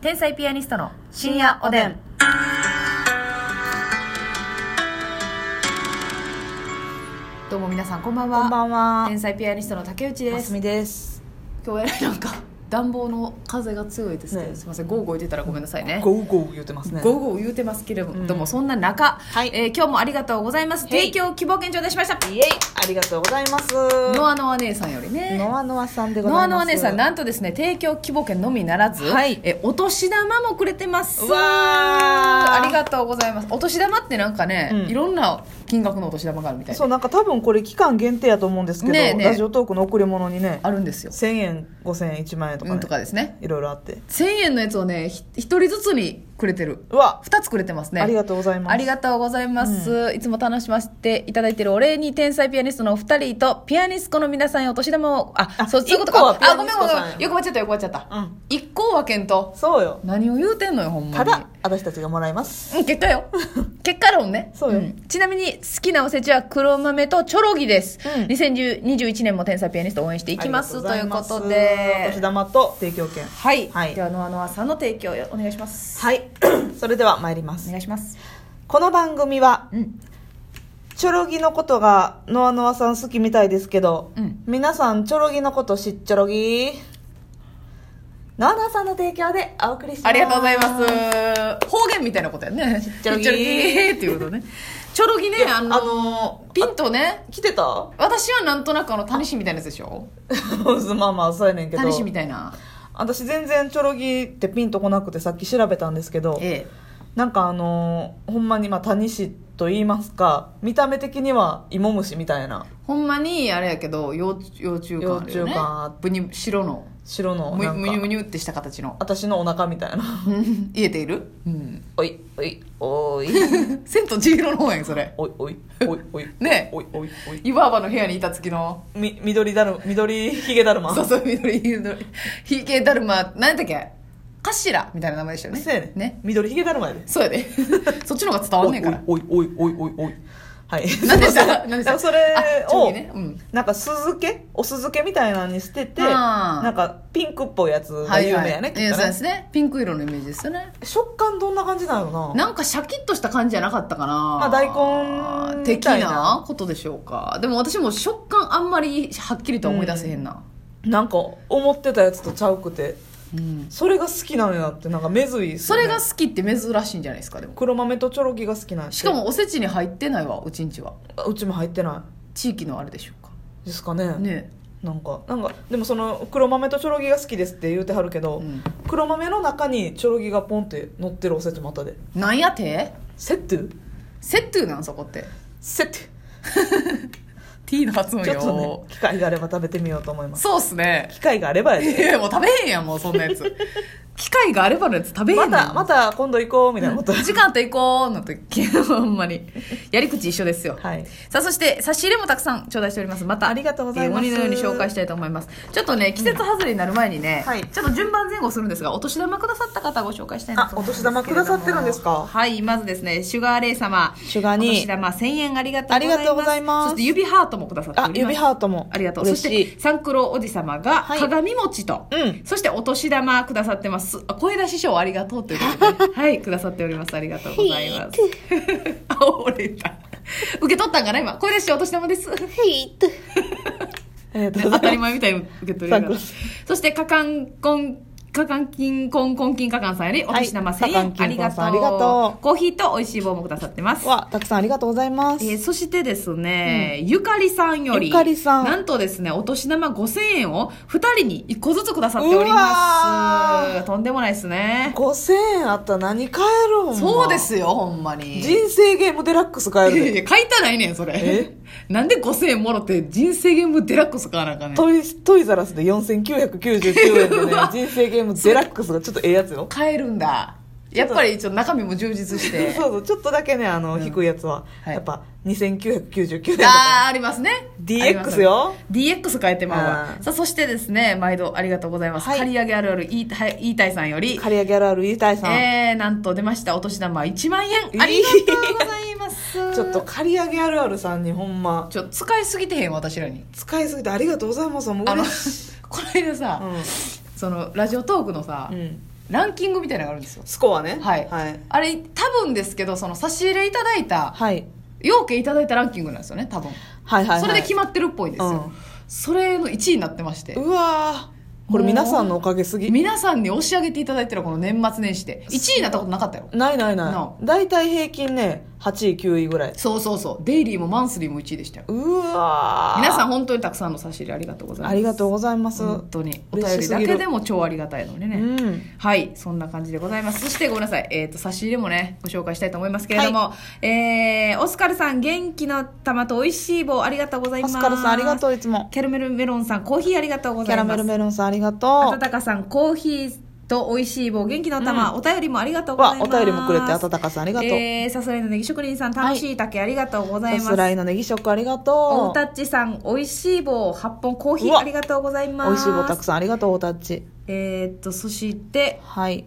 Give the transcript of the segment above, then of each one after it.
天才ピアニストの深夜おでん。どうも皆さんこんばんはこんばんは。天才ピアニストの竹内まですすみです。今日はなんか暖房の風が強いですけど、ねすみませんゴーゴー言ってたらごめんなさいねゴーゴー言ってますね。ゴーゴー言うてますけれども、うんそんな中、はいえー今日もありがとうございますへい提供希望券頂戴しましたイエイありがとうございます。ノアノア姉さんよりねノアノアさんでございノまアす。ノア姉さんなんとですね提供希望券のみならず、はいえお年玉もくれてますうわーありがとうございますお年玉ってなんかね、うんいろんな金額のお年玉があるみたいそうななんか多分これ期間限定やと思うんですけど、ねえねえラジオトークの贈り物にね、あるんですよ、 1000円、5000円、1万円とかうね、んとかですねいろいろあって。 1000円のやつをねひ一人ずつにくれてるうわ、 2つくれてますねありがとうございます。ありがとうございます、いつも楽しませていただいてるお礼に天才ピアニストのお二人とピアニスコの皆さんへお年玉をああそうそういうこと一個はかピあアごめニんスごめコさんん横ばっちゃった横ばっちゃった、うん一行はけんとそうよ。何を言うてんのよほんまにただ、私たちがもらいます。うん結果 よ結果論ねそうよんちなみに好きなおせちは黒豆とチョロギです、うん2021年も天才ピアニスト応援していきますありとがいごうざまこすとお年で玉と提供券。はい、はいではノアノアさんの提供よお願いしますはい。 それでは参りまおす。願いしますこの番組は、うんチョロギのことがノアノアさん好きみたいですけど、うん皆さんチョロギのこと知っちょろぎノアノアさんの提供でお送りしますありがとうございます方言みたいなことやねちっちゃろぎっっていうことねチョロギねあのあのピンとね来てた 私はなんとなくあのタニシみたいなやつでしょまあまあそうやねんけどタニシみたいな私全然チョロギってピンとこなくてさっき調べたんですけどええなんかあのーほんまにまあタニシと言いますか見た目的にはイモムシみたいなほんまにあれやけど幼幼虫感あるよね幼虫感あっブニ白の白のむなんむにゅむかにゅってした形の私のお腹みたいなうん言えている、うん、おいおいおい 千と千尋の方やんそれおいおいおいおいねおいおいおい岩場の部屋にいた月のみ緑だる緑ひげだるまそうそう緑緑ひげだるま何やったっけ頭みたいな名前でしたよねそうやね緑ひげだるまやでそうやで そっちの方が伝わんねえからおいおいおいおいおいおいはい何でした何でしたそれあを、次ねうんなんか酢漬けお酢漬けみたいなのに捨ててあーなんかピンクっぽいやつが有名やね、はいはいえーきっそうとでねすねピンク色のイメージですよね食感どんな感じなのななんかシャキッとした感じじゃなかったかな、まあ大根み的たいななことでしょうかでも私も食感あんまりはっきりとは思い出せへんな、なんか思ってたやつとちゃうくてうんそれが好きなのやってなんか目ずいっすそよね、れが好きって珍しいんじゃないですかでも黒豆とチョロキが好きなんやってしかもおせちに入ってないわうちんちはあうちも入ってな地域のあれでしょうかいですかねねなんかなんかでもその黒豆とチョロギが好きですって言うてはるけど、うん黒豆の中にチョロギがポンって乗ってるおせちもあったでなんやてセットゥセットゥなんそこってセット T の発音ゥよちょっとね機会があれば食べてみようと思いますそうっすね機会があればやいでやいやもう食べへんやんもうそんなやつ機会があればのやつ食べへんねまんたまた今度行こうみたいなこと時間と行こうの時 ほんまにやり口一緒ですよはいさあそして差し入れもたくさん頂戴しておりますまたありがとうございますえー鬼のように紹介したいと思いますちょっとね季節外れになる前にね、うんはいちょっと順番前後するんですがお年玉くださった方ご紹介したいなと思いますけれどもあお年玉くださってるんですかはいまずですねシュガーレイ様シュガーにお年玉1000円ありがとうございますありがとうございますそして指ハートもくださっておりあます指ハートもありがとう。そし嬉しいて、サンクロおじ様が、はい鏡餅と、うんそして、お年玉くださってます。あ小枝師匠ありがとうということ で、はい、くださっております。ありがとうございます。 あ、折れた。受け取ったんかな、今。小枝師匠、お年玉 です。ありがとうご当ざたいりま前みたいに受け取れサンクるロそして、かかんこん、かかんきんこんこんきんかかんさんより、お年玉はい1000円、かかんきんこんさんありがとう。ありがとうコーヒーと美味しい棒もくださってますす。わたくさんありがとうございます、えーそしてですね、ゆかりさんより、ゆかりさんなんとですね、お年玉5000円を2人に1個ずつくださっておりうまわす。とんでもないですね。 5000円あったら何買えるんそうですよ、ほんまに。人生ゲームデラックス買いえるやい でや書いたないねん、それえ。 なんで5000円もろって人生ゲームデラックスかなんかね。トイトイザラスで4999円でね 人生ゲームデラックスがちょっとええやつよ買えるんだ。やっぱりちょっと中身も充実して。 そうそうちょっとだけねあの、低いやつは、はいやっぱ2999円とかあーありますね DX よ DX 変えてまうわうんさあそしてですね毎度ありがとうございます、はい刈り上げあるあるいいたいいいたいさんより刈り上げあるある言いたいさん、えー、なんと出ましたお年玉1万円ありがとうございます ちょっと刈り上げあるあるさんにほんまちょ使いすぎてへん私らに使いすぎ てありがとうございますもうあの嬉しいこの間さ、うんそのラジオトークのさ、うんランキングみたいなのがあるんですよスコアねはい、はい、あれ多分ですけどその差し入れいただいたはい要件いただいたランキングなんですよね多分はいはいはいそれで決まってるっぽいんですよ、うんそれの1位になってましてうわーこれ皆さんのおかげすぎ皆さんに押し上げていただいてるこの年末年始で1位になったことなかったよないないなない大体平均ね8位9位ぐらいそうそうそうデイリーもマンスリーも1位でしたようわー皆さん本当にたくさんの差し入れありがとうございますありがとううございます、本当にお便りだけでも超ありがたいのでね、うんはいそんな感じでございますそしてごめんなさい、えー、と差し入れもねご紹介したいと思いますけれども、えーオスカルさん元気の玉と美味しい棒ありがとうございパますスカルさんありがとうういつもキャラメルメロンさんコーヒーありがとうごキざいャラますメルメロンさんありがあとたたかさんコーヒーと美味しい棒元気の玉、お便りもありがとううござわいまおす便りもくれてあたたかさんありがとう、えー、さすらいのネギ職人さんはい楽しい竹、ありがとうございさますらいのネギ食ありがおとたうっちさん美味しい棒8本コーヒうーわありがとうございます美味しい棒たくさんありがとうおたっちえー、っとそしてはい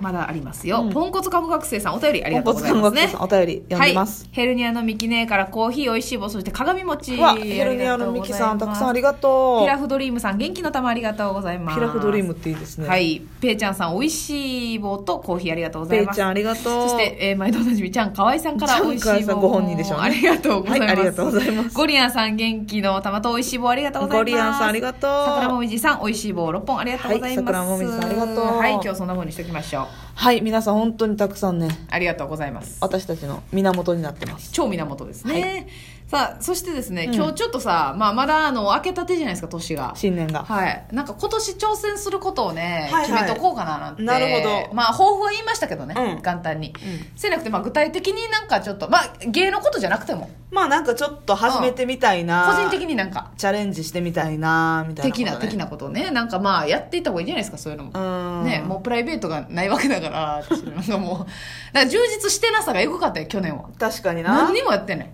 まだありますよ、うんポンコツ看護学生さんお便りありがとうポごツざカいンまガすクねさんお便り読んでます、はい、ヘルニアのミキ姉からコーヒー美味しい棒そして鏡餅うわヘルニアのミキさんたくさんありがとうピラフドリームさん元気の玉ありがとうございますピラフドリームっていいですねはい。ペイちゃんさん、美味しい棒とコーヒーありがとうござペいイます。ちゃんありがとそうして、えー、毎度おなじみ、ちゃんかわいさんからちゃん美味しい棒かわいさんご本人でしょうねありがとうございます。はいありがとうございますゴリアンさん、元気の玉と美味しい棒ありがとうございます。ゴリアンさんありがとう桜もみじさん、美味しい棒6本ありがとうございます。はい桜もみじさんありがとうはい、今日そんな風にしておきましょう。はい皆さん本当にたくさんねありがとうございます。私たちの源になってます超源ですね。さあ、そしてですね、うん今日ちょっとさ、まあ、まだあの、明けたてじゃないですか、年が。新年がはい、なんか今年挑戦することをね、はいはい決めとこうかななんてなるほどまあ抱負は言いましたけどね、うん簡単に、うせなくてまあ具体的になんかちょっとまあ芸のことじゃなくてもまあなんかちょっと始めてみたいな、個人的になんかチャレンジしてみたいなみたいなこと的ね、な的なことをねなんかまあやっていった方がいいんじゃないですかそういうのも、うんねもうプライベートがないわけだから 私なんかもうだから充実してなさがよくかったよ去年は確かにな何にもやってない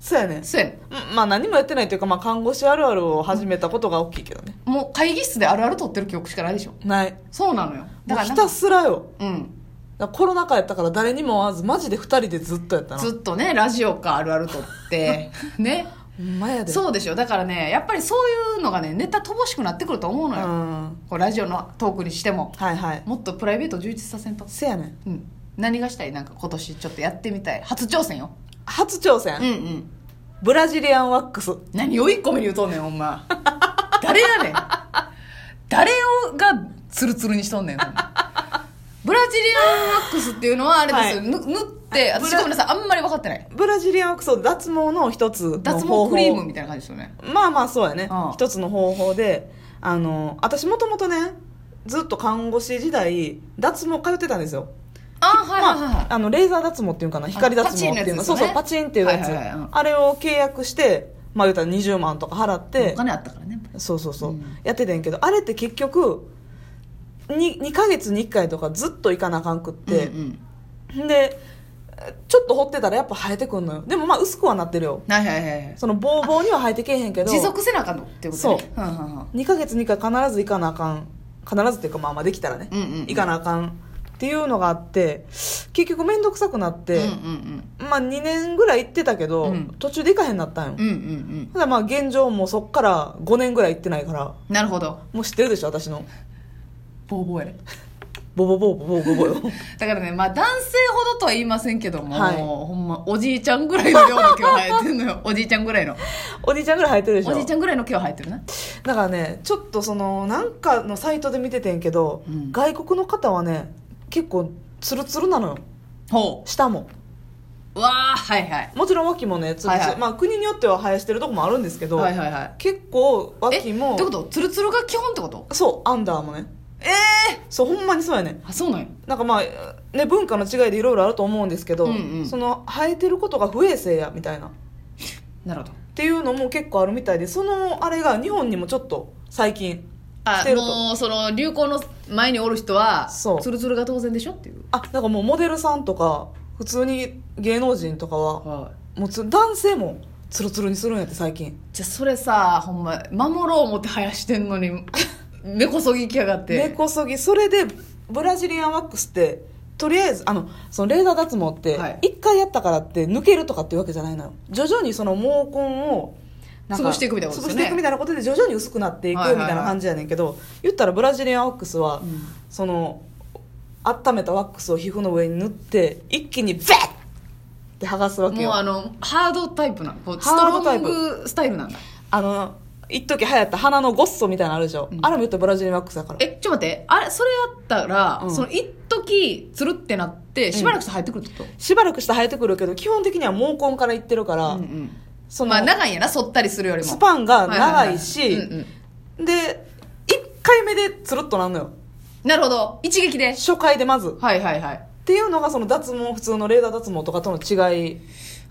そうやねそうやねうんまあ何もやってないというか、まあ、看護師あるあるを始めたことが大きいけどねもう会議室であるある撮ってる記憶しかないでしょないそうなのよだもうからなひんかたすらようんだからコロナ禍やったから誰にも会わずマジで2人でずっとやったなずっとねラジオかあるある撮って ねほんまやでそうでしょだからねやっぱりそういうのがねネタ乏しくなってくると思ううのんよ、こうラジオのトークにしてもはいはいもっとプライベートを充実させんと、せやねんうん、何がしたいなんか今年ちょっとやってみたい初挑戦よ初挑うんう戦、んブラジリアンワックス何を一個目に言うとんねんほんま誰やねん誰をがツルツルにしとんねんほんまブラジリアンワックスっていうのはあれですよ、はぬ縫ってブ私ラごめんなさいあんまり分かってないブラジリアンワックスを脱毛の一つの方法脱毛クリームみたいな感じですよねまあまあそうやね、うん一つの方法であの私もともとねずっと看護師時代脱毛通ってたんですよ、あはいはいはい、まあ、あのレーザー脱毛っていうんかな光脱毛っていパチンうののやつですよねそうそうパチンっていうやつ、はいはいはいうんあれを契約してまあ言うたら20万とか払ってお金あったからねそうそうそう、うんやってたんやけどあれって結局 2, 2ヶ月に1回とかずっと行かなあかんくって、うんうん、でちょっと掘ってたらやっぱ生えてくんのよでもまあ薄くはなってるよはいはいはいはいそのボーボーには生えてけえへんけど持続せなあかんのってことねそう、うんうんうん2ヶ月に1回必ず行かなあかん必ずっていうかまあまあできたらね、うんうんうん行かなあかんっていうのがあって結局面倒くさくなって、うんうんまあ2年ぐらい行ってたけど、うん途中で行かへんなったんよ、うんうんうんただまあ現状もうそっから5年ぐらい行ってないからうんなるほどもう知ってるでしょ私のボーボーやねボボボボボボ ボよだからねまあ男性ほどとは言いませんけども、はいほんまおじいちゃんぐらいの量の毛は生えてんの よおじいちゃんぐらいのおじいちゃんぐらい生えてるでしょおじいちゃんぐらいの毛は生えてるなだからねちょっとそのなんかのサイトで見ててんけど、うん外国の方はね結構ツルツルなのよほ下もううわあはいはいもちろん脇もねツルツル、はいはいまあ国によっては生やしてるとこもあるんですけど、はいはいはい結構え脇もってことツルツルが基本ってことそうアンダーもねええそうほんまにそうやねあそうなんやなんかまあね文化の違いでいろいろあると思うんですけど、うんうんその生えてることが不衛生やみたいなっなるほどていうのも結構あるみたいでそのあれが日本にもちょっと最近あしてるともうその流行の前におる人はそうツルツルが当然でしょっていうあなんかもうモデルさんとか普通に芸能人とかははいもうつ男性もツルツルにするんやって最近じゃあそれさほんま守ろう思って生やしてんの に根こそぎきやがって根こそぎそれでブラジリアンワックスってとりあえずあのそのレーダー脱毛ってはい一回やったからって抜けるとかっていうわけじゃないのよ徐々にその毛根をなんか潰していくみたいなことですよね潰していくみたいなことで徐々に薄くなっていくみはいはいはいたいな感じやねんけど言ったらブラジリアンワックスは、うんその温めたワックスを皮膚の上に塗って一気にベッって剥がすわけもうよあのハードタイプなこうストハーロドタインプグスタイルなんだあの一時流行った鼻のゴッソみたいなのあるでしょ、うんあれも言ったらブラジルワックスだからえちょっと待ってあれそれやったら、うんその一時つるってなってしばらくして入ってくるってこと、しばらくして生えてくるけど基本的には毛根からいってるかうら、んうんその、まあ長いんやな剃ったりするよりもスパンがは長はいし、うんうんで1回目でつるっとなんのよなるほど一撃で初回でまずっはいはいはいはていうのがその脱毛普通のレーダー脱毛とかとの違い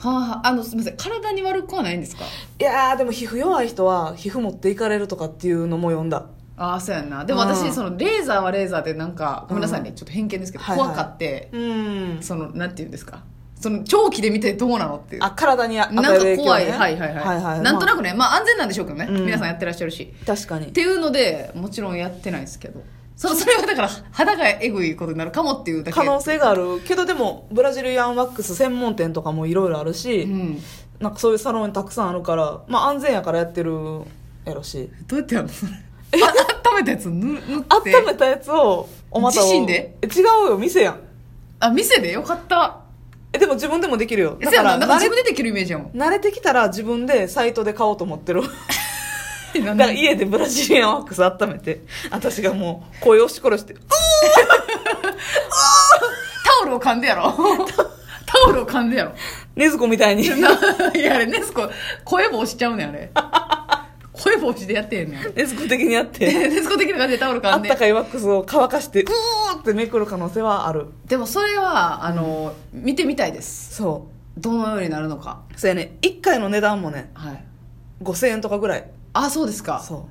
ああのすみません体に悪くはないんですかいやーでも皮膚弱い人は皮膚持っていかれるとかっていうのも読んだああそうやんなでもう私んそのレーザーはレーザーでなんかごめんなさいね、うちょっと偏見ですけど、はいはい怖かってうんそのなんて言うんですかその長期で見てどうなのっていうあ体に与なんえかる影響、ね、怖い、はいはいはい、なんとなく、くねまあ安全なんでしょうけどね、うん皆さんやってらっしゃるしまあ確かっにていうのでもちろんやってないですけどそそれはだから肌がえぐいことになるかもっていうだけ可能性があるけどでもブラジルヤンワックス専門店とかもいろいろあるし、うん、なんかそういうサロンたくさんあるから、まあ、安全やからやってるやろしどうやってやるのそれあ温めたやつ塗塗って温めたやつをお股を自身でえ違うよ店やんあ店でよかったえでも自分でもできるよだかだかららなんか慣自れ分でできるイメージやもん慣れてきたら自分でサイトで買おうと思ってるえなだんからで家でブラジリアンワックス温めて私がもう声押し殺してタオルを噛んでやろタオルを噛んでやろ禰豆子みたいにないやあれねすこ声棒しちゃうねんあれ声棒しでやってんねんあれ禰豆子的にやってデスコ的な感じでタオルあ噛んっでたかいワックスを乾かしてうーってめくる可能性はあるでもそれはあの見てみたいですそどのようになるのかうそうやね1回の値段もねはい5000円とかぐらいあそうですかそ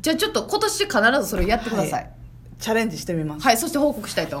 じゃあちょっと今年必ずそれやってくださいはうチャレンジしてみますい、そして報告したいと思います